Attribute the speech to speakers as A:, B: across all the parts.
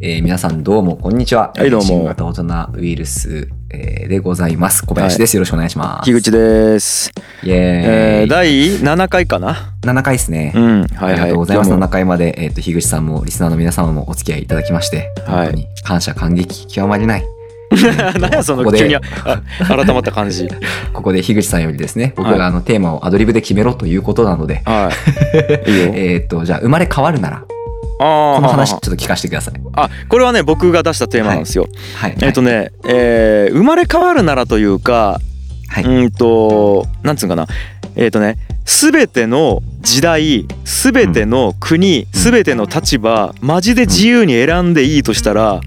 A: えー皆さんどうもこんにちは。
B: はいどうも
A: 新型大人ウイルス、えーでございます。小林です。よろしくお願いします。
B: 樋口です。
A: イエー
B: えー、
A: イ。
B: 第7回かな
A: 7回ですね。
B: うん、はいはい。
A: ありがとうございます。
B: どうも
A: 7回まで、えっ、と、樋口さんも、リスナーの皆様もお付き合いいただきまして、
B: は
A: 本
B: い
A: 当に感謝感激極まり ない。
B: 何やそ
A: ここ
B: の
A: で
B: 急にあ改まった感 じ。
A: ここで樋口さんよりですね、僕
B: はい
A: があの、テーマをアドリブで決めろということなので、
B: はい。いいよ。
A: えっ、と、じゃあ、生まれ変わるなら、
B: あー
A: この話ちょ
B: は
A: っと聞かせてください。
B: あはああこれはね僕が出したテーマなんですよ。
A: はい。
B: えっ、とね、えー生まれ変わるならというか、
A: はい、
B: うーんとなんつうんかなえっ、とね全ての時代全ての国、全ての立場マジで自由に選んでいいとしたら、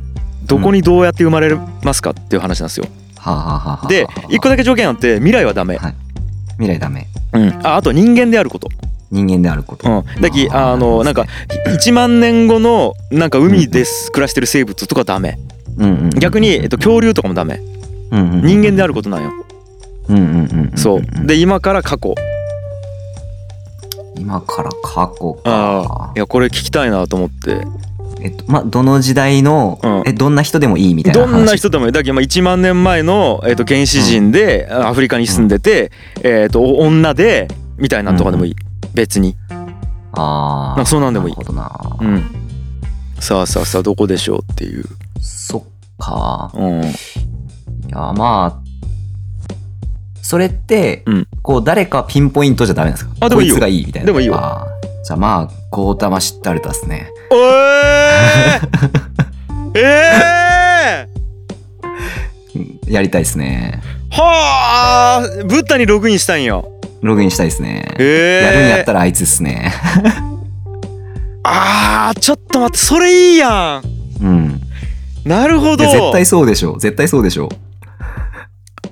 B: どこにどうやって生まれますかっていう話なんですよ。
A: はあ、はあはあはあ、
B: で一個だけ条件あって未来はダメ、
A: はい未来ダメ。
B: うん、ああと人間であること、
A: 人間であること。
B: うん、だき
A: あー
B: あの
A: な
B: な
A: るほど
B: んか
A: ね
B: 1万年後のなんか海です暮らしてる生物とかダメ
A: うんうんうん
B: 逆に、えっと、恐竜とかもダメ
A: うんうんうん
B: 人間であることなんよ
A: うんうんうんうんうん
B: そうで今から過去
A: 今から過去
B: あ
A: か
B: いやこれ聞きたいなと思って
A: えっとまあどの時代の、
B: うん
A: えどんな人でもいいみたいな
B: ど
A: 話
B: んな人でもいいだけどまあ1万年前の、えっと、原始人でアフリカに住んでて、えっと女でみたいなとかでもいい、別に、
A: あー
B: なんかそんなんでもいい
A: なるほどな、
B: うん、さあさあさあどこでしょうっていう、
A: そっか
B: うん、
A: いやまあそれって、
B: うん
A: こう誰かピンポイントじゃダメなんですか
B: あでもいいよ
A: こいつがいいみたいな
B: でもいいよ
A: あーじゃあまあゴータマシッタルタですね
B: お えー、えー、
A: うんやりたいですね
B: はあブッダにログインしたんよ
A: ログインしたいですね、
B: ええ
A: や
B: ー、
A: るんやったらあいつっすね
B: あーちょっと待ってそれいいや
A: うん
B: んなるほ
A: い
B: ど
A: や絶対そうでしょ絶対そうでしょ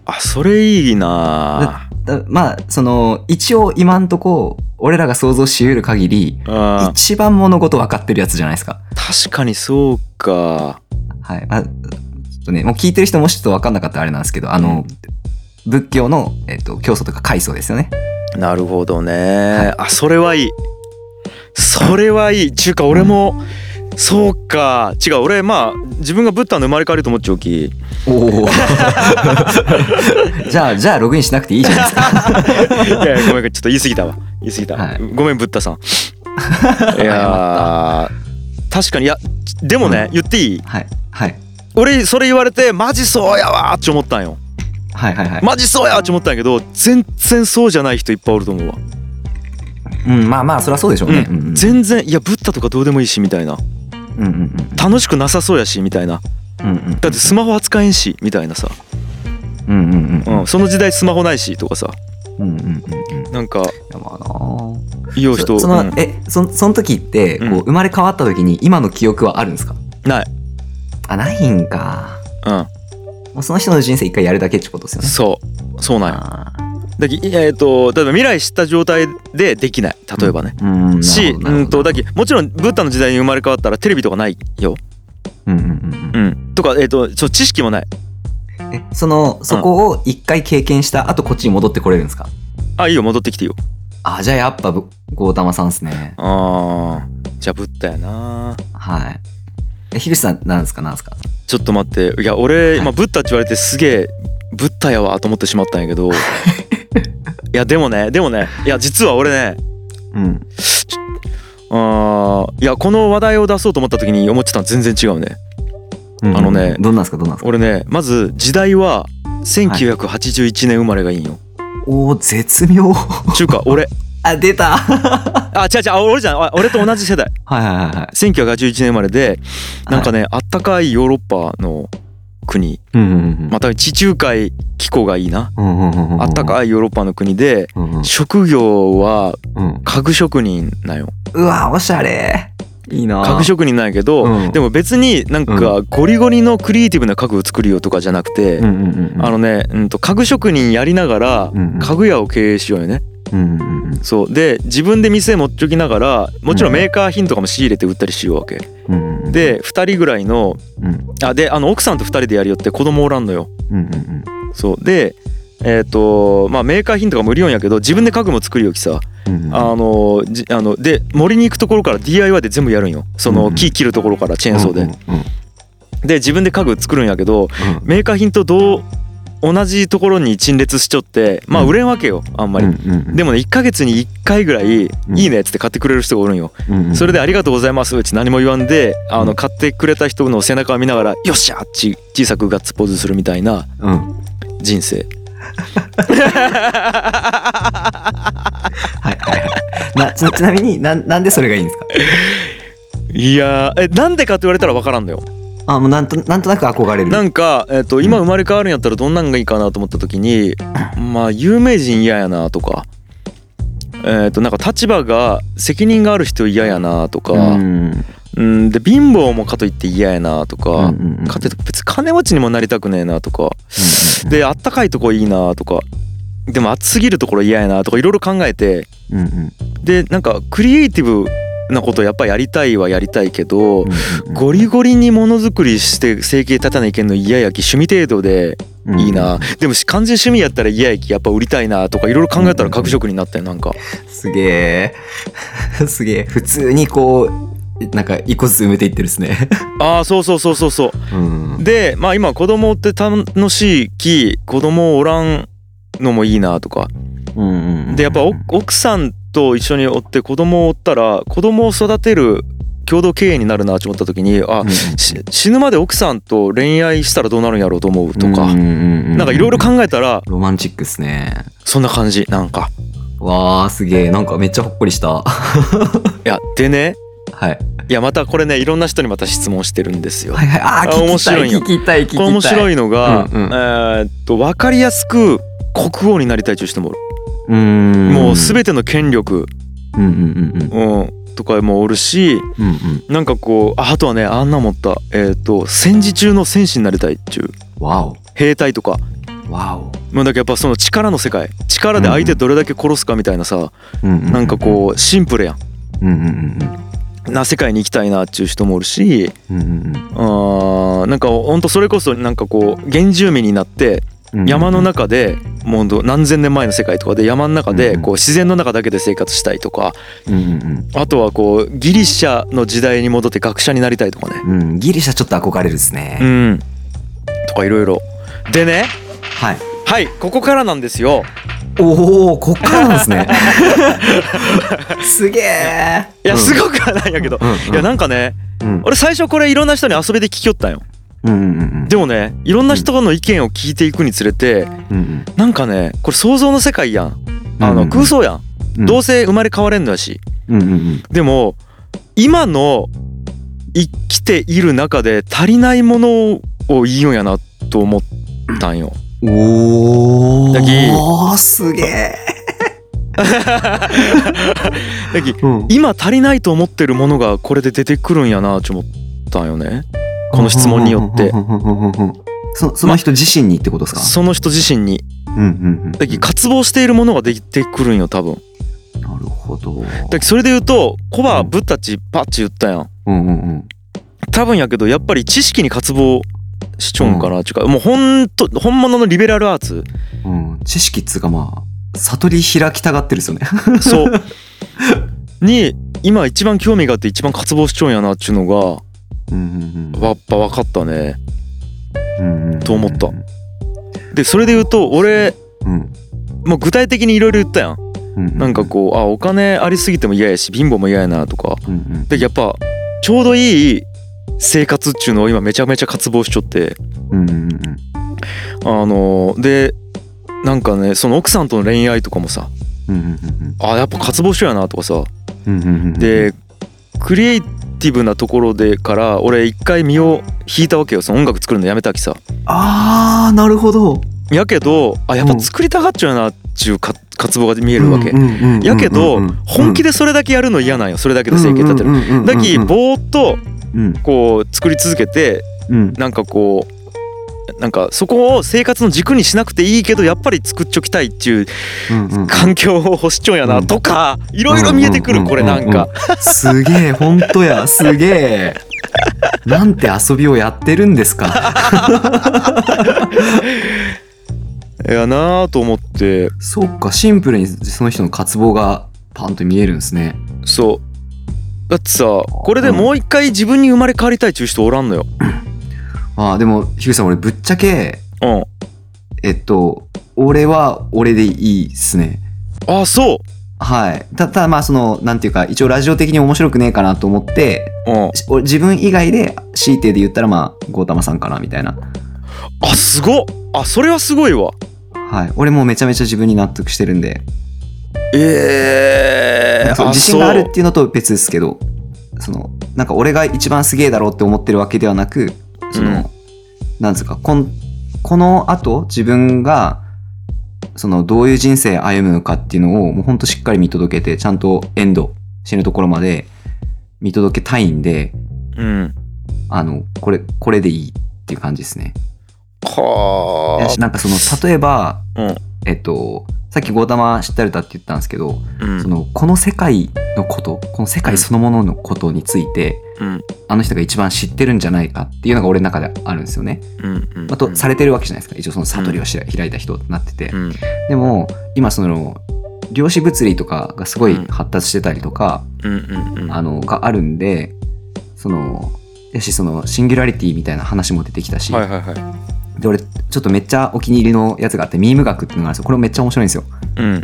B: あそれいいな
A: だまあその一応今んとこ俺らが想像しうる限り
B: あー
A: 一番物事分かってるやつじゃないですか
B: 確かにそうか
A: はいあちょっとねもう聞いてる人もしちょっと分かんなかったらあれなんですけどあの、仏教の、えっと教祖とか階層ですよね
B: なるほどねあそれはいいそれはいいちゅうか俺も、そうか違う俺まあ自分がブッダの生まれ変わりと思っちゃうき
A: おおじゃあじゃあログインしなくていいじゃないですか
B: いやいやごめんちょっと言い過ぎたわ言い過ぎた、
A: はい
B: ごめんブッダさ んいやー確かにいやでもね、言っていい
A: はいはい
B: 俺それ言われてマジそうやわーって思ったんよ
A: はいはいはい、
B: マジそうやーって思ったんやけど全然そうじゃない人いっぱいおると思うわ、
A: うん、まあまあそりゃそうでしょうね、
B: うん
A: うんうん
B: 全然いやブッダとかどうでもいいしみたいな
A: うんうん
B: 楽しくなさそうやしみたいな
A: うんうんうん
B: だってスマホ扱えんしみたいなさ、
A: うんうんうん
B: うん、その時代スマホないしとかさ
A: うんうんうんうんい
B: なんか
A: やまあなあ
B: いよ人
A: そその、
B: うん
A: えそその時ってこう
B: うん
A: 生まれ変わった時に今の記憶はあるんですか
B: ない、
A: あないんか
B: う
A: もうその人の人生一回やるだけってことですよ
B: ん、
A: ね
B: そうそうなんよ
A: あ
B: だけえっ、と例えば未来知った状態でできない例えばね、
A: ーうんなるほど
B: し
A: なる
B: う
A: ほ
B: んと
A: ど
B: だけもちろんブッダの時代に生まれ変わったらテレビとかないよ、
A: うんうんうん
B: うん、とか、えっとちょ知識もない
A: うんえそのそこを一回経験した後こっちに戻ってこれるんですか
B: あいいよ戻ってきていいよ
A: あじゃあやっぱぶゴータマさんですね
B: あーじゃあブッダやな
A: はいえ樋口さんなんですかなんですか
B: ちょっと待っていや俺
A: はい
B: 今ブッダって言われてすげえブッダやわと思ってしまったんや けどいやでもねでもねいや実は俺ね
A: うん
B: あーいやこの話題を出そうと思った時に思ってたの全然違うね
A: うん
B: あのね
A: どんなんですかどんなんですか
B: 俺ねまず時代は1981年生まれがいいんよ、
A: おお絶妙
B: ちゅうか俺
A: あ出たは
B: あ違う違うあ俺じゃないあ俺と同じ世代
A: いはいはいはい
B: 1981年生まれでなんかね、あったかいヨーロッパの国
A: うんうんうん
B: また地中海気候がいいな
A: うんうんうんうん
B: あったかいヨーロッパの国で
A: うんうん
B: 職業は
A: うん
B: 家具職人なんよ
A: うわおしゃれいいな
B: 家具職人なんやけど、
A: うん
B: でも別になんかゴリゴリのクリエイティブな家具を作るよとかじゃなくて、
A: うんうんうんうん
B: あのね、うん、と家具職人やりながら
A: うんうん
B: 家具屋を経営しようよね。
A: うんうんうん
B: そうで自分で店持っちょきながらもちろんメーカー品とかも仕入れて売ったりしようわけ。
A: うんうんうん
B: で2人ぐらいの
A: うん
B: あであの奥さんと2人でやりよって子供おらんのよ。
A: うんうんうん
B: そうでえっ、とまあメーカー品とか無理音やけど自分で家具も作るよきさ
A: うん
B: あのじあので森に行くところから DIY で全部やるんよそ
A: うんう
B: の
A: ん
B: 木切るところからチェーンソー
A: うんう
B: で
A: んうんうん
B: で自分で家具作るんやけどメーカー品とどう同じところに陳列しちょってまあ
A: うん
B: 売れんわけよあんまり
A: うんうん
B: でもね1ヶ月に1回ぐらい「い
A: ん
B: いね」っつって買ってくれる人がおるんよ
A: うんうん
B: それで「ありがとうございます」うち何も言わんであ
A: う
B: の
A: ん
B: 買ってくれた人の背中を見ながら「よっしゃ!」っち小さくガッツポーズするみたいな
A: うん
B: 人生
A: はいはいはいなちなちなみになんなんでそれがいいんですか
B: いやーえなんでかって言われたら分からんのよ
A: あもうなんとなんとなく憧れる
B: なんか、えっと今生まれ変わるんやったらどんなんがいいかなと思った時にまあ有名人嫌やなとか。えっとなんか立場が責任がある人嫌やなとか、
A: う
B: うん
A: ん
B: で貧乏もかといって嫌やなとか、
A: うんうんうん
B: かといって別に金持ちにもなりたくねえなとかであったかいとこいいなとかでも暑すぎるところ嫌やなとかいろいろ考えて
A: うんうんうん
B: でなんかクリエイティブなことやっぱやりたいはやりたいけど、
A: うん
B: ゴリゴリにものづくりして生計立たないけんの嫌やき趣味程度で
A: うん
B: いいな、でもし完全趣味やったら嫌やきやっぱ売りたいなとかいろいろ考えたら各職になったよなんか
A: すげえ すげえ普通にこうなんか一個ずつ埋めていってるですね
B: ああそうそうそうそうそう
A: うん
B: でまあ今子供って楽しいき子供おらんのもいいなとか
A: うん
B: でやっぱお奥さんと一緒におって子供をおったら子供を育てる共同経営になるなと思った時にあし死ぬまで奥さんと恋愛したらどうなるんやろうと思うとか
A: な
B: なんかいろいろ考えたら
A: ロマンチックっすね
B: そんな感じなんか
A: わあすげえなんかめっちゃほっこりした
B: いやでね
A: はい
B: いやまたこれねいろんな人にまた質問してるんですよ
A: はいはいああ
B: あ
A: 聞
B: 面
A: きた
B: 白
A: い
B: いよ
A: 聞きたい聞き
B: これ
A: たい
B: 面白
A: い
B: いのが、
A: うんうん
B: えーっと分かりやすく国王になりたいという人もおる、
A: うん
B: もう全ての権力、
A: うんうんうんうん
B: うん、とかもおるし
A: うんうん
B: なんかこうああとはねあんな思った、えーっと戦時中の戦士になりたいっていう
A: わお
B: 兵隊とか
A: わお
B: まあだけどやっぱその力の世界力で相手どれだけ殺すかみたいなさ、なんかこうシンプルや
A: うんうんうん
B: んな世界に行きたいなっていう人もおるし
A: うんうんうん
B: あーなんかほんとそれこそなんかこう原住民になって
A: うん
B: 山の中でもうほんと何千年前の世界とかで山の中
A: うん
B: で
A: うん
B: こう自然の中だけで生活したいとか
A: うんうん
B: あとはこうギリシャの時代に戻って学者になりたいとかね
A: うんうんギリシャちょっと憧れるっすね
B: うんとかいろいろでね
A: はい
B: はいここからなんですよ
A: おおこっからなんですね すげえ
B: いやすごくはないんやけど
A: うん
B: いやなんかね
A: うん
B: 俺最初これいろんな人に遊びで聞きよったんよ
A: うんうんうん
B: でもねいろんな人の意見を聞いていくにつれて
A: うん
B: なんかねこれ想像の世界やんあ
A: うんう
B: の
A: ん
B: 空想やん、
A: うん
B: どうせ生まれ変われんのやし
A: うんうんうん
B: でも今の生きている中で足りないものをいいんやなと思ったんよ
A: お
B: だき
A: おすげえ
B: だき
A: うん
B: 今足りないと思ってるものがこれで出てくるんやなと思ったんよねこの質問によって
A: うんうんうんうんうんうんそその人自身にってことですか
B: その人自身に
A: うんうんうん
B: だき渇望しているものができてくるんよ多分
A: なるほど
B: だきそれで言うとコバブッダチパッチ言ったやん
A: うんうんうん
B: 多分やけどやっぱり知識に渇望しちょんかなっていうか、もうほんと本物のリベラルアーツ
A: うん知識っつうかまあ悟り開きたがってるっす よね
B: そう に今一番興味があって一番渇望しちょんやなっちゅうのが
A: うんうん
B: やっぱ分かったね
A: うんうんうん
B: と思ったでそれで言うと俺
A: うん
B: もう具体的にいろいろ言ったやん
A: うん
B: なんかこうあお金ありすぎても嫌やし貧乏も嫌やなとか
A: うんうん
B: でやっぱちょうどいい生活っちゅうのを今めちゃめちゃ渇望しちょって
A: うんうんうん
B: あのでなんかねその奥さんとの恋愛とかもさ
A: うんうんうん
B: あやっぱ渇望しようやなとかさ
A: うんうんうんうん
B: でクリエイティブなところでから俺一回身を引いたわけよその音楽作るのやめたきさ
A: あーなるほど
B: やけどあやっ
A: う
B: ぱ
A: ん
B: 作りたがっちゃうなっちゅうか渇望が見えるわけ、
A: うんうんうんうん
B: やけど
A: うんうんうん
B: 本気でそれだけやるの嫌なんよそれだけで生計立てる、
A: うんうんうんうんうん
B: だきぼーっと
A: うん
B: こう作り続けて
A: うん
B: なんかこうなんかそこを生活の軸にしなくていいけどやっぱり作っちょきたいっていう
A: うんうん
B: 環境を欲しちょんやなとかいろいろ見えてく
A: う
B: る
A: んうん
B: これなんか
A: すげえ、本当や、すげえ。なんて遊びをやってるんですか。
B: やなぁと思って
A: そっかシンプルにその人の渇望がパンと見えるんですね
B: そうだってさこれでもう一回自分に生まれ変わりたいっちゅう人おらんのよ
A: ああでも樋口さん俺ぶっちゃけ
B: うん
A: えっと俺は俺でいいっすね
B: あそ
A: はいたただまあそのなんていうか一応ラジオ的に面白くねえかなと思って
B: ううん
A: し俺自分以外で強いてで言ったらまあゴータマさんかなみたいな
B: あすごっあそれはすごいわ
A: はい俺もうめちゃめちゃ自分に納得してるんで
B: ええ
A: そう自信があるっていうのと別ですけどそのなんか俺が一番すげえだろうって思ってるわけではなくその、
B: うん
A: なんですかこんこのあと自分がそのどういう人生歩むのかっていうのをもうほんとしっかり見届けてちゃんとエンド死ぬところまで見届けたいんで
B: うん
A: あのこれこれでいいっていう感じですね。
B: は
A: なんかその例えば、
B: うん
A: えっとさっきゴータマ知ったれたって言ったんですけど、
B: あうん
A: そのこの世界のことこの世界そのもののことについて、
B: うん
A: あの人が一番知ってるんじゃないかっていうのが俺の中であるんですよね。
B: うんうん
A: あとされてるわけじゃないですか一応その悟りをしら開いた人ってなってて、
B: うん
A: でも今その量子物理とかがすごい発達してたりとか、
B: うんうんうん
A: あのがあるんでそのやしそのシンギュラリティみたいな話も出てきたし、
B: はいはいは
A: で俺ちょっとめっちゃお気に入りのやつがあってミーム学っていうのがあるんですよこれもめっちゃ面白いんですよ。
B: いうん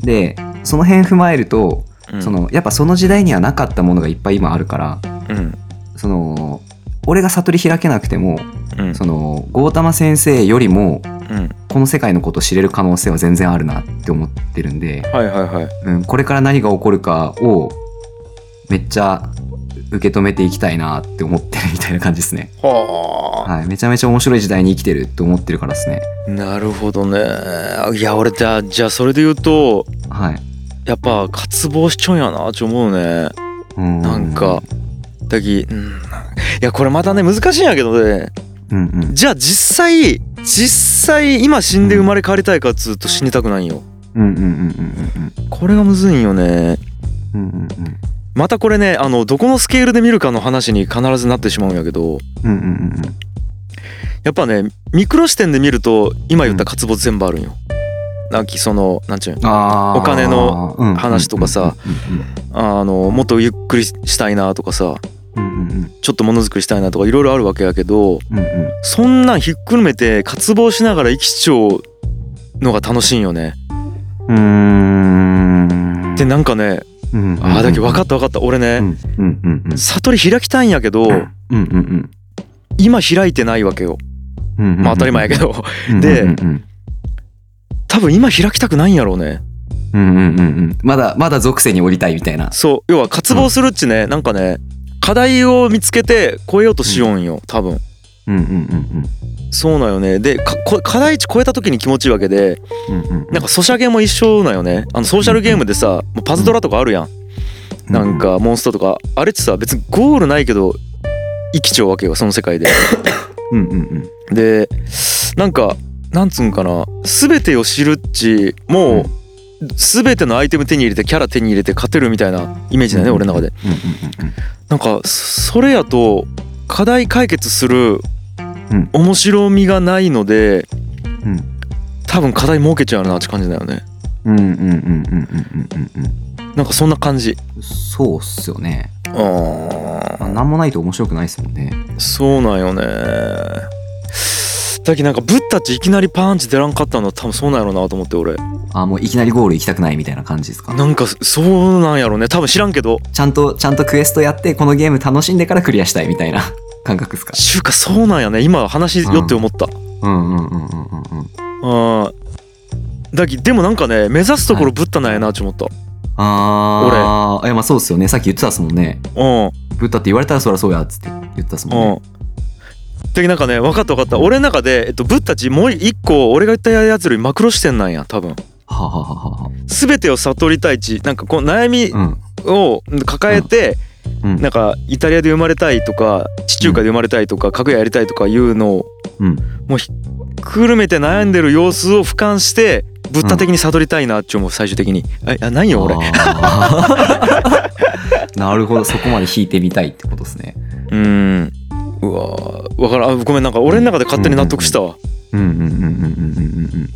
A: でその辺踏まえると
B: うん
A: そのやっぱその時代にはなかったものがいっぱい今あるから
B: うん
A: その俺が悟り開けなくても
B: うん
A: そのゴータマ先生よりも
B: うん
A: この世界のことを知れる可能性は全然あるなって思ってるんで、
B: はいはいはい
A: うん、これから何が起こるかをめっちゃ受け止めていきたいなって思ってるみたいな感じですね、
B: は
A: はい、めちゃめちゃ面白い時代に生きてるって思ってるからですね
B: あなるほどねいや俺じゃあじゃあそれで言うと
A: はい
B: やっぱ渇望しちょんやなって思うね
A: うん
B: なんかだきうんいやこれまたね難しいんやけどね
A: うんうん
B: じゃあ実際実際今死んで生まれ変わりたいかっつうと死にたくないんよ
A: うんうんうんうん
B: これがむずいんよね
A: うんうんうんうんうん
B: またこれねあのどこのスケールで見るかの話に必ずなってしまうんやけ
A: うんうん
B: ど
A: うんうん
B: やっぱねミクロ視点で見ると今言った渇望全部あるんよ。なんきそのなんちゅうん
A: お
B: お金の話とかさあのもっとゆっくりしたいなとかさ
A: うんうんうん
B: ちょっとものづくりしたいなとかいろいろあるわけやけど
A: うんうん
B: そんなんひっくるめて渇望しながら生きちゃうのが楽しいんよね。
A: うーん
B: でなんかね
A: うん
B: ああだけど分かった分かった俺
A: たう
B: ね
A: んうんうんうん
B: 悟り開きたいんやけど
A: うんうんうん
B: 今開いてないわけよ。
A: うんうん
B: まあ当たり前やけどで
A: うんうん
B: 多分今開きたくないんやろうね。
A: うんうんうんうんまだまだ属性に降りたいみたいな
B: そう要は渇望するっちね、なんかね課題を見つけて超えようとしようんよ多分
A: うんうんうん
B: そうなんよねでかこ課題値超えた時に気持ちいいわけで
A: うんうんうん
B: なんかソシャゲも一緒なんよねあのソーシャルゲームでさもうパズドラとかあるやんなんかモンストとかあれってさ別にゴールないけど生きちゃうわけよその世界で
A: うんうんうん
B: でなんかなんつうんかな全てを知るっちもう全てのアイテム手に入れてキャラ手に入れて勝てるみたいなイメージだよね俺の中で
A: うん
B: なんかそそれやと課題解決する
A: うん
B: 面白みがないので、
A: うん
B: 多分課題設けちゃうなって感じだよね
A: うんうんうんうんうんうんうんうん
B: なんかそんな感じ
A: うんそうっすよねまあ
B: あ
A: なんもないと面白くないですもんね
B: そうなんよねだけどなんかブッダっちいきなりパーンチ出らんかったのは多分そうなんやろうなと思って俺
A: あもういきなりゴール行きたくないみたいな感じですか
B: なんかそうなんやろうね多分知らんけど
A: ちゃんとちゃんとクエストやってこのゲーム楽しんでからクリアしたいみたいな感覚ですか
B: ちゅうかそうなんやね今話よって思った、
A: うんうんうんうんうんうん
B: あーだけどでもなんかね目指すところブッダなんやなって思った、
A: ああ、いやまあそうですよね。さっき言ってたっすもんね。
B: うん
A: ブッダって言われたらそりゃそうやっつって言ったっすもんね。
B: うん。でなんかね分かった分かった俺の中で、えっと、ブッダちもう一個俺が言ったやつよりマクロ視点なんや多分
A: はあはあはあは
B: 全てを悟りたいちなんかこう悩み
A: あ
B: を抱えて、
A: うんうん
B: なんかイタリアで生まれたいとか地中海で生まれたいとか格屋やりたいとかいうのを
A: うん
B: もうひっくるめて悩んでる様子を俯瞰してブッダ的に悟りたいなって思う最終的に「えあないよ俺」
A: あー なるほど、そこまで引いてみたいってことですね。
B: うんうわーわからんあごめんなんか俺の中で勝手に納得したわ、
A: うんうんうんうんうんうんうんうん。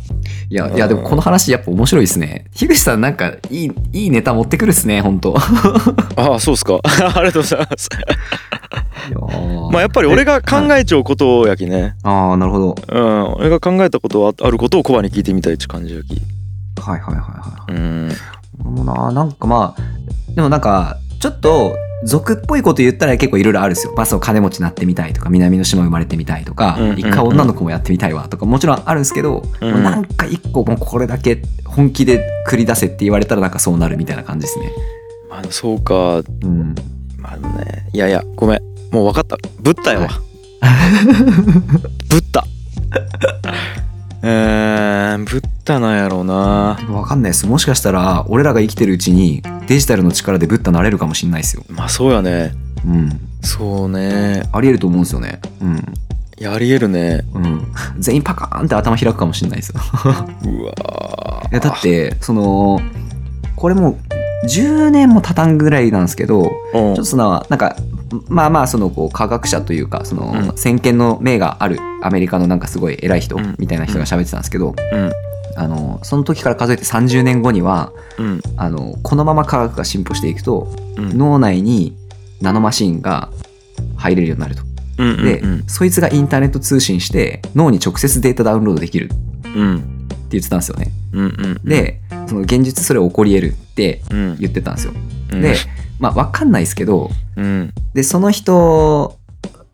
A: いや、いや、でもこの話やっぱ面白いですね。樋口さんなんかいい、いいネタ持ってくるっすね、本当い
B: ああそうですか ありがとうございます
A: やー
B: まあやっぱり俺が考えちゃうことやきね
A: ああ、なるほど。
B: うん俺が考えたことはあることをコバに聞いてみたいって感じやき
A: はいはいはいは
B: うん
A: い。俺もな、なんかまあ、でもなんか、ちょっと、俗っぽいこと言ったら結構いろいろあるんですよ。バスを金持ちになってみたいとか、南の島生まれてみたいとか
B: うんうんう、ん
A: 一回女の子もやってみたいわとか、もちろんあるんですけど、
B: うん
A: もうなんか一個もうこれだけ本気で繰り出せって言われたらなんかそうなるみたいな感じですね。
B: まあそうか
A: うん。
B: まあねいやいやごめんもう分かったブッダやわ、
A: は
B: ブッダえー、ブッダなんやろうな
A: わかんないです。もしかしたら、俺らが生きてるうちにデジタルの力でブッダなれるかもしんないですよ。
B: まあそうやね
A: うん。
B: そうね
A: ありえると思うんですよね。うん。
B: やりえるね
A: うん。全員パカーンって頭開くかもしんないですよ。
B: うわ
A: いやだって、その、これもう10年も経たんぐらいなんですけど、ち
B: うん
A: ょっとその、なんか、まあまあ、その、こう、科学者というか、その、
B: うん
A: 先見の明があるアメリカのなんかすごい偉い人
B: うん
A: みたいな人が喋ってたんですけど、
B: うん
A: あの、その時から数えて30年後には、
B: うん
A: あの、このまま科学が進歩していくと、
B: うん
A: 脳内にナノマシンが入れるようになると。
B: うん
A: で、
B: うん
A: そいつがインターネット通信して脳に直接データダウンロードできるって
B: うん
A: 言ってたんですよね。
B: うんうん
A: で、その現実それ起こり得るって
B: うん
A: 言ってたんですよ。
B: うん
A: で、まあわかんないですけど、
B: うん
A: で、その人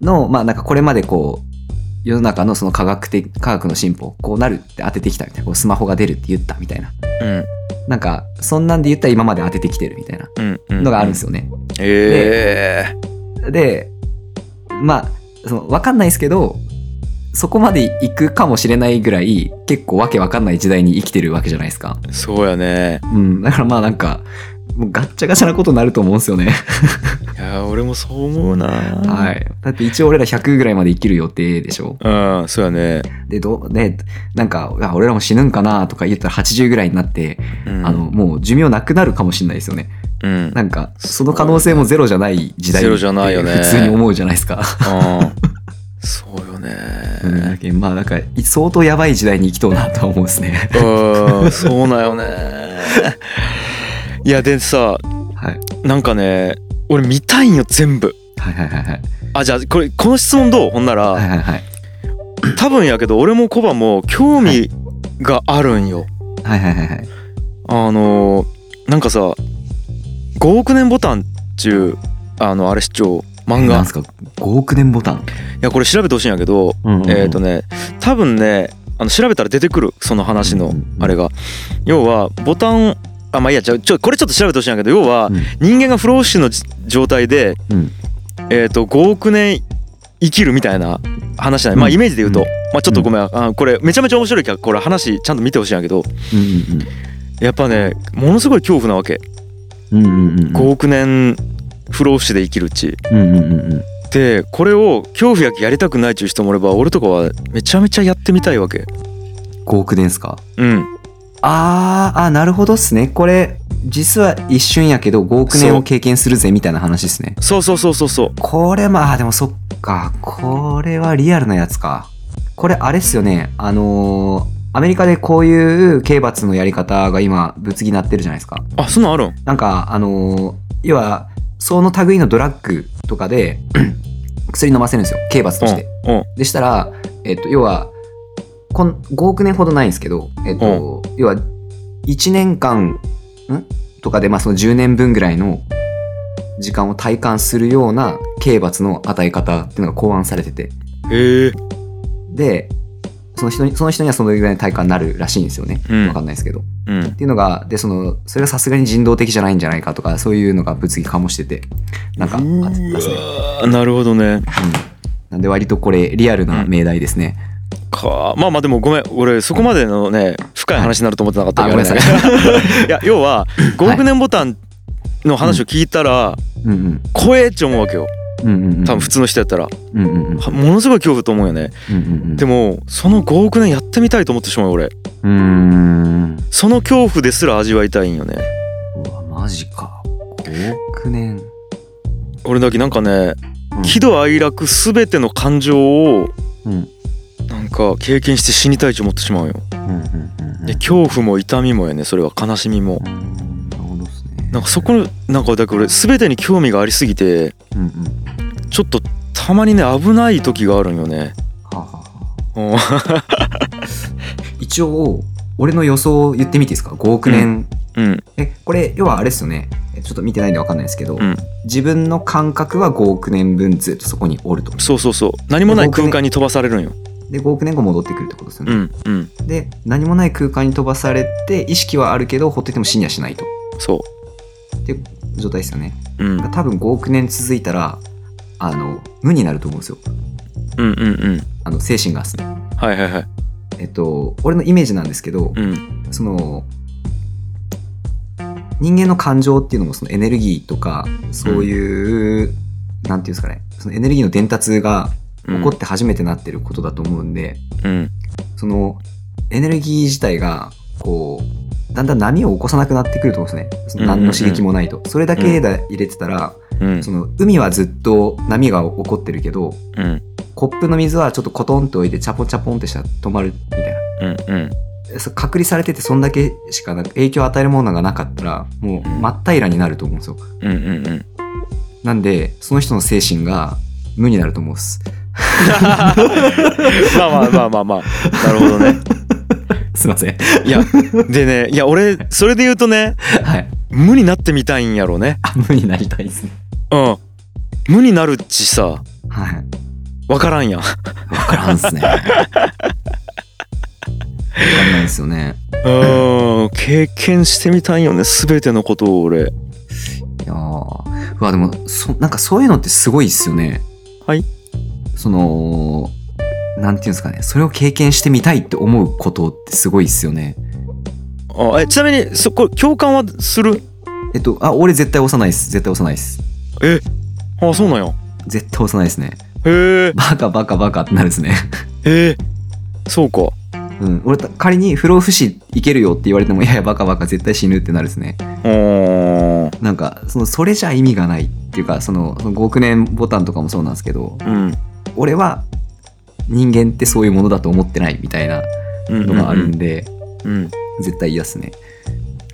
A: の、まあなんかこれまでこう、世の中のその科学的、科学の進歩、こうなるって当ててきたみたいな、こうスマホが出るって言ったみたいな。
B: うん
A: なんか、そんなんで言ったら今まで当ててきてるみたいな
B: うんうん
A: のがあるんですよね。
B: ええ
A: でまあその分かんないですけどそこまで行くかもしれないぐらい結構わけわかんない時代に生きてるわけじゃないですか、
B: そうやね
A: うん、だからまあなんかもうガッチャガチャなことになると思うんですよね
B: いや俺もそう思うな
A: はいいだって一応俺ら100ぐらいまで生きる予定でしょ
B: うんそうやね、
A: でどうねなんかあ俺らも死ぬんかなとか言ったら80ぐらいになって、
B: うん、
A: あのもう寿命なくなるかもしれないですよね
B: うん
A: なんかその可能性もゼロじゃない時代
B: ゼロじゃないよね
A: って普通に思うじゃないですか
B: うんそうよ
A: うん
B: ね
A: だ。けどまあなんか相当やばい時代に生きとうなとは思うんですね。
B: うん、そうなんよね。 いやでさ、
A: はい、
B: なんかね、俺見たいんよ全部。
A: はいはいはいはい
B: あじゃあこれこの質問どう？ほんなら、
A: はいはいはい
B: 多分やけど俺もコバも興味があるんよ。
A: はいはいはいはい
B: あのーなんかさ、5億年ボタンっちゅうあのあれ視聴漫
A: な
B: 画
A: ん。すか5億年ボタン、
B: いやこれ調べてほしいんやけど、えっ、とね多分ねあの調べたら出てくるその話
A: う
B: の
A: んうんうん
B: あれが要はボタンあまあいいやじゃあちょこれちょっと調べてほしいんやけど要は
A: うん
B: 人間が不老不死のじ状態で、
A: うん
B: えー、と5億年生きるみたいな話だね、まあ
A: うん
B: イメージで言うと、
A: うん
B: まあちょっとごめん、あこれめちゃめちゃ面白いからこれ話ちゃんと見てほしいんやけど
A: うん
B: やっぱねものすごい恐怖なわけ
A: うんうんうんうんうん
B: 5億年不老不死で生きるうち
A: うんうんうんうん
B: でこれを恐怖やきやりたくないっちゅう人もおれば俺とかはめちゃめちゃやってみたいわけ
A: 5億年ですか
B: うん
A: あーあなるほどっすねこれ実は一瞬やけど5億年を経験するぜみたいな話ですね
B: そうそうそうそうそう
A: これまあでもそっかこれはリアルなやつかこれあれっすよねあのーアメリカでこういう刑罰のやり方が今物議になってるじゃないですか
B: あそんなんあるん
A: なんか、あのー要は、その類のドラッグとかで、 薬飲ませるんですよ。刑罰として。
B: うんうん
A: でしたら、えっと、要は、こん5億年ほどないんですけど、えっと、要は、1年間、んとかで、まあ、その10年分ぐらいの時間を体感するような刑罰の与え方っていうのが考案されてて。
B: へえ
A: で、その人に、その人にはそのぐらいの体感になるらしいんですよね。
B: うん
A: わかんないですけど。
B: うん
A: っていうのがでそのそれがさすがに人道的じゃないんじゃないかとかそういうのが物議かもしててなんかあってますね、
B: あなるほどね
A: うん、なんで割とこれリアルな命題ですね、
B: かまあまあでもごめん俺そこまでのね深い話になると思ってなかった
A: あ
B: け
A: ご
B: ど
A: めん
B: ね
A: なさい
B: いや要は5億年ボタンの話を聞いたら
A: うんうん
B: 怖えって思うわけよ
A: うんうんうん
B: 多分普通の人やったら
A: うんうんうん
B: はものすごい恐怖と思うよね
A: うんうん
B: でもその5億年やってみたいと思ってしまうよ俺
A: うんう
B: その恐怖ですら味わいたいんよね
A: ーんうわマジか5億年
B: 俺だけなんかね
A: うん
B: 喜怒哀楽全ての感情を
A: うん
B: なんか経験して死にたいと思ってしまうよ
A: うんうんうんうん
B: で恐怖も痛みもやねそれは悲しみも
A: うんなるほどですね。
B: なんかそこなんかだから俺全てに興味がありすぎて
A: うんうん。は
B: ちょっとたまにね危ない時があるんよね
A: あ、はあはあ
B: うん
A: 一応、俺の予想を言ってみていいですか ?5 億年。
B: うん
A: え、これ、要はあれですよね。えちょっと見てないんでわかんないですけど、
B: うん
A: 自分の感覚は5億年分ずっとそこにおると。
B: そうそうそう何もない空間に飛ばされるんよ
A: で、5億年後戻ってくるってことですよ
B: う
A: ね。
B: んうん
A: で、何もない空間に飛ばされて、意識はあるけど、ほってても死にはしないと。
B: そ
A: っていう状態ですよね。
B: う、うん、うん
A: 多分5億年続いたら、あの、無になると思うんですよ。
B: うんうん
A: あの、精神がですね。
B: はいはいはい
A: えっと、俺のイメージなんですけど、
B: うん
A: その人間の感情っていうのもそのエネルギーとかそういう、なんていうんですかねそのエネルギーの伝達が
B: うん
A: 起こって初めてなってることだと思うんで、
B: うん
A: そのエネルギー自体がこうだんだん波を起こさなくなってくると思うんですねその何の刺激もないと、それだけで入れてたら、
B: うん
A: その海はずっと波が起こってるけど
B: うん
A: コップの水はちょっとコトンと置いてチャポンチャポンってしたら止まるみたいな
B: うんうん
A: そう隔離されててそんだけしかなんか影響を与えるものがなかったらもう
B: うん
A: 真っ平らになると思うんですよ
B: うんうんうん
A: なんでその人の精神が無になると思うんです
B: まあまあまあまあまあなるほどね
A: すいません
B: いやでねいや俺それで言うとね
A: はい
B: 無になってみたいんやろうね
A: あ無になりたいですね
B: うん無になるっちさ
A: はい
B: 分からんやん
A: 分からんっすね分かんないですよね
B: うん経験してみたいよね全てのことを俺
A: いやーうわでもそなんかそういうのってすごいっすよね
B: はい
A: そのなんていうんですかねそれを経験してみたいって思うことってすごいっすよね
B: あえちなみにそこ共感はする
A: えっとあ俺絶対押さないっす絶対押さないっす
B: あそうなんや
A: 絶対押さないですね
B: へえ
A: バカバカバカってなるですね。
B: へえそうか
A: うん。俺た、仮に不老不死いけるよって言われても、いやいやバカバカ絶対死ぬってなるですね。
B: うーん
A: なんか、その、それじゃ意味がないっていうか、その、その5億年ボタンとかもそうなんですけど、
B: うん
A: 俺は人間ってそういうものだと思ってないみたいな
B: うん
A: のがあるんで、
B: うん
A: 絶対嫌っすね。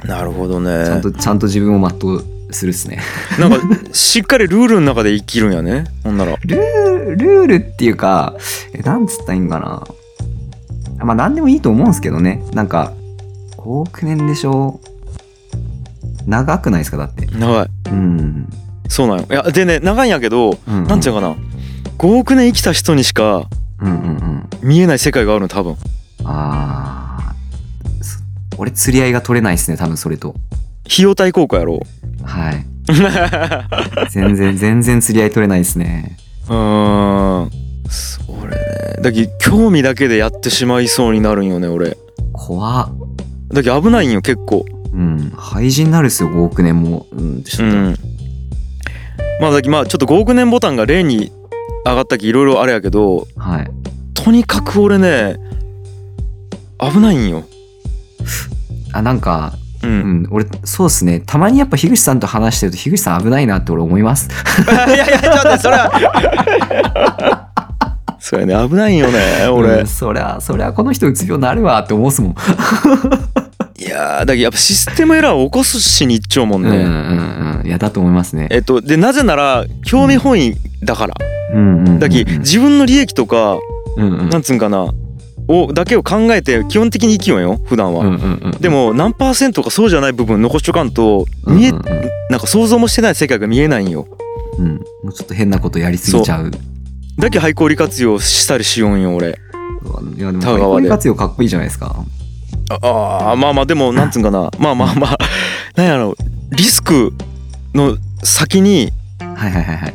B: なるほど
A: ちゃん
B: ね
A: と、ちゃんと自分を全うするっすね。
B: なんかしっかりルールの中で生きるんやねほんなら
A: ルールールっていうか、え、なんつったらいいんかな。まあ、なんでもいいと思うんですけどね。なんか、5億年でしょ長くないですかだって。
B: 長い
A: うん。
B: そうなんよいやでね長いんやけど
A: うん
B: なんちゃうかな5億年生きた人にしか
A: うんうんうん。
B: 見えない世界があるの多分
A: あー。そ俺、釣り合いが取れないですね、多分それと。
B: 費用対効果やろ
A: はい。
B: うー
A: 全然、 全然釣り合い取れないですね。
B: んそれねだけど興味だけでやってしまいそうになるんよね俺
A: 怖っ。
B: だけど危ないんよ結構
A: うん。廃人になるっすよ、5億年も。うん、ち
B: う
A: ょっと。
B: んまあだけどまあちょっと5億年ボタンが例に上がったきいろいろあれやけど
A: はい。
B: とにかく俺ね危ないんよ
A: あ、なんか、
B: う
A: うんん、俺、そうですね。たまにやっぱ樋口さんと話してると、樋口さん危ないなって俺思います。
B: いやいやちょっと待ってそれは そうやね危ないんよね俺、
A: うんそりゃ、そりゃこの人うつ病なるわって思うっすもん。
B: いやーだけどやっぱシステムエラーを起こすしに一丁もん
A: うん
B: ね、
A: うんうん。いや、だと思いますね。
B: えっとでなぜなら興味本位だから、
A: うんうんうんうん。
B: だき自分の利益とか、
A: うんうん。
B: なんつうんかなをだけを考えて基本的に生きようよ普段
A: う
B: は、
A: んうんうん。
B: でも何パーセントかそうじゃない部分残しとかんと
A: うんうんうん、
B: 見え、なんか想像もしてない世界が見えないんよ
A: うん。もうちょっと変なことやりすぎちゃう。
B: だけ廃校利活用したりしようんよ俺
A: いや、でも、
B: 田川で
A: こういう活用かっこいいじゃないですか。
B: ああまあまあでもなんつうん かなまあまあまあなんやろうリスクの先に
A: はいはいはいはい。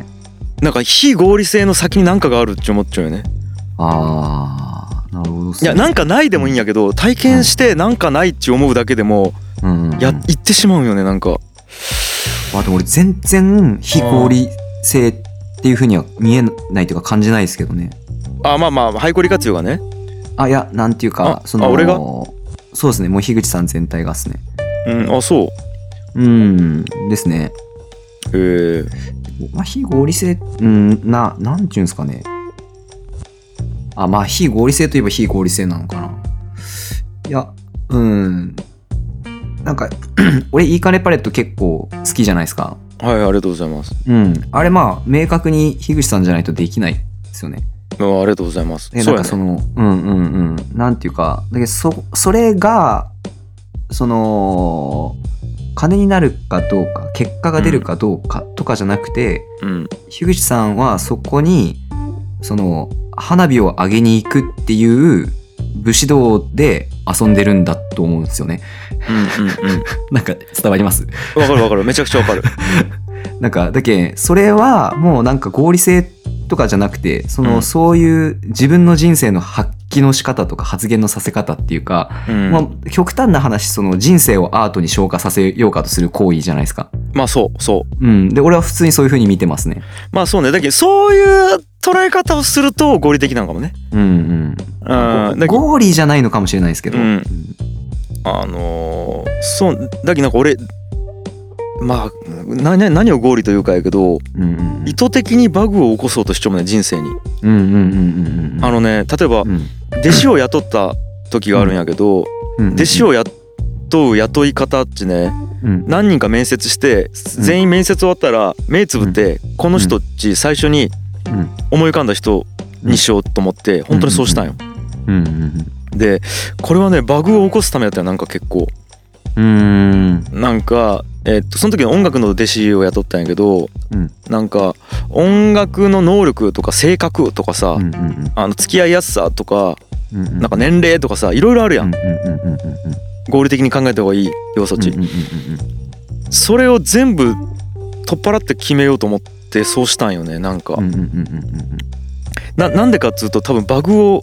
B: なんか非合理性の先に何かがあるって思っちゃうよね
A: あー、なるほどっす
B: い
A: ね。
B: やなんかないでもいいんやけど体験してなんかないって思うだけでも
A: うんうんうん。
B: や言ってしまうよねなんか
A: まあでも俺、全然非合理性っていうふうには見えないというか感じないですけどね。
B: あまあまあ廃校利活用がね
A: あ、いや、なんていうか、
B: あ
A: その、
B: あ俺が
A: そうですね。もう樋口さん全体がですね。
B: うんあそ
A: う
B: う
A: ん、ですね。
B: へえ
A: まあ、非合理性、うん、な、なんていうんですかね。あ、まあ、非合理性といえば非合理性なのかな。いや、うん。なんか、 俺、イーカレパレット結構好きじゃないですか。
B: はいありがとうございます
A: うん。あれ、まあ、明確に樋口さんじゃないとできないですよね。
B: うんありがとうございます
A: え
B: そ
A: な
B: うんや
A: か
B: ね
A: そのうんうんうんなんていうかだけどそそれがその金になるかどうか結果が出るかどうかとかじゃなくて、
B: うん
A: 樋口さんはそこにその花火を上げに行くっていう武士道で遊んでるんだと思うんですよね。
B: うんう んうん
A: なんか伝わります
B: わかるわかるめちゃくちゃわかる
A: なんかだけそれはもうなんか合理性とかじゃなくてその、
B: うん
A: そういう自分の人生の発揮の仕方とか発言のさせ方っていうか、
B: うん
A: まあ、極端な話その人生をアートに昇華させようかとする行為じゃないですか。
B: まあそうそう
A: うん、で俺は普通にそういう風に見てますね。
B: まあそうねだけどそういう捉え方をすると合理的なのかもね
A: うん
B: うん
A: うん、
B: だけど
A: ゴーリーじゃないのかもしれないですけど、
B: うんあのーそうだけどなんか俺まあなな何を合理というかやけ
A: う
B: ど
A: んうん
B: 意図的にバグを起こそうとしてもね人生に
A: うんうんうんうんうん
B: あのね例えば
A: うん
B: 弟子を雇った時があるんやけど
A: うん
B: 弟子を雇う雇い方っちね
A: うん
B: 何人か面接して全員面接終わったら目つぶってこの人っち最初に
A: うん
B: 思い浮かんだ人にしようと思って本当にそうしたんよ。
A: うんうん
B: でこれはねバグを起こすためだったよなんか結構
A: うん
B: なんか、えっとその時の音楽の弟子を雇ったんやけど
A: うん
B: なんか音楽の能力とか性格とかさ
A: うんうん
B: あの付き合いやすさとか
A: うんうん
B: なんか年齢とかさいろいろあるや
A: うん
B: ん
A: うんうんうんうんうん
B: 合理的に考えた方がいい要素値
A: うんうんうん
B: それを全部取っ払って決めようと思ってそうしたんよねなんか
A: うんうんうんうんうんうんうん
B: ななんでかっつうと多分バグを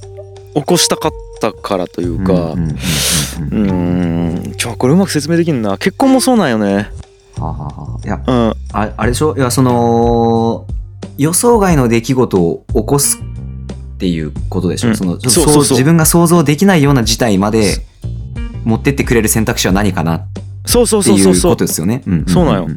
B: 起こしたかったからというか
A: うんうんうんう
B: う
A: んうん
B: ーんちょこれうまく説明できんな結婚もそうなんよね
A: はあはあはあいや
B: うんうん
A: ああれでしょいやその予想外の出来事を起こすっていうことでしょ、
B: うん
A: そのちょっと
B: そうそうそう
A: 自分が想像できないような事態まで持ってってくれる選択肢は何かなっ
B: そうそう
A: て
B: そう
A: い
B: そう
A: う
B: そ
A: こ
B: う
A: とですよね。んんん
B: そうなん
A: ん
B: よ
A: う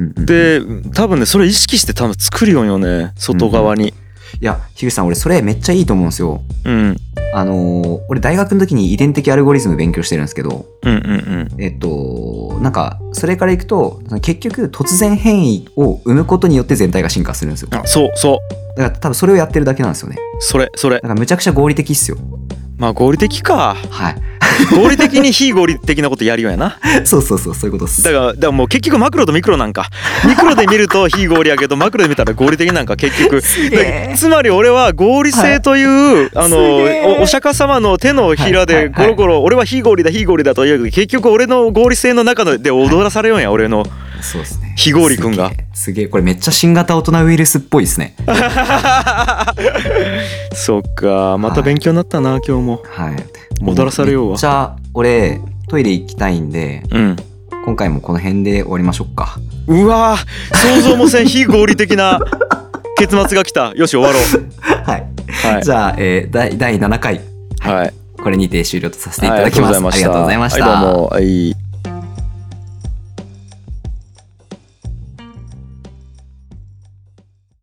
A: んうん
B: で多分ねそれ意識して多分作るよんよね外側に
A: いや樋口さん俺それめっちゃいいと思うんですよ。
B: うん
A: あのー俺大学の時に遺伝的アルゴリズム勉強してるんですけど
B: うんうんうん
A: えっとなんかそれからいくとその結局突然変異を生むことによって全体が進化するんですよ。だ
B: あそうそう
A: から多分それをやってるだけなんですよね。
B: それそれ
A: だからむちゃくちゃ合理的っすよ。
B: まあ合理的 か
A: はい。
B: 合理的に非合理的なことやるよんやな
A: そうそうそう、そういうことっす。
B: だからだからもう結局マクロとミクロなんかミクロで見ると非合理やけどマクロで見たら合理的なんか結局
A: すげ
B: だ
A: え
B: からつまり俺は合理性という、あ
A: すげ
B: の
A: え
B: おお釈迦様の手のひら
A: は
B: で
A: いはいは
B: ゴ
A: い
B: ロゴロ俺は非合理だ非合理だと言うけど結局俺の合理性の中ので踊らされよんや俺の
A: そうですね。
B: 非合理くんが
A: すげえ。すげえ、これめっちゃ新型大人ウイルスっぽいですね。
B: そっかまた勉強になったな今日も
A: はい。
B: もう踊らされようわ
A: めっちゃ、俺、トイレ行きたいんで、
B: うん
A: 今回もこの辺で終わりましょうか。
B: うわー想像もせん非合理的な結末が来たよし終わろ う
A: はい。
B: はい
A: じゃあ、えー第、第7回、
B: はい
A: これにて終了とさせてい
B: はい
A: ただ
B: あり
A: き
B: が
A: ます。
B: とうございま
A: あ
B: し
A: り
B: た
A: がとうございました。
B: はいどうもはい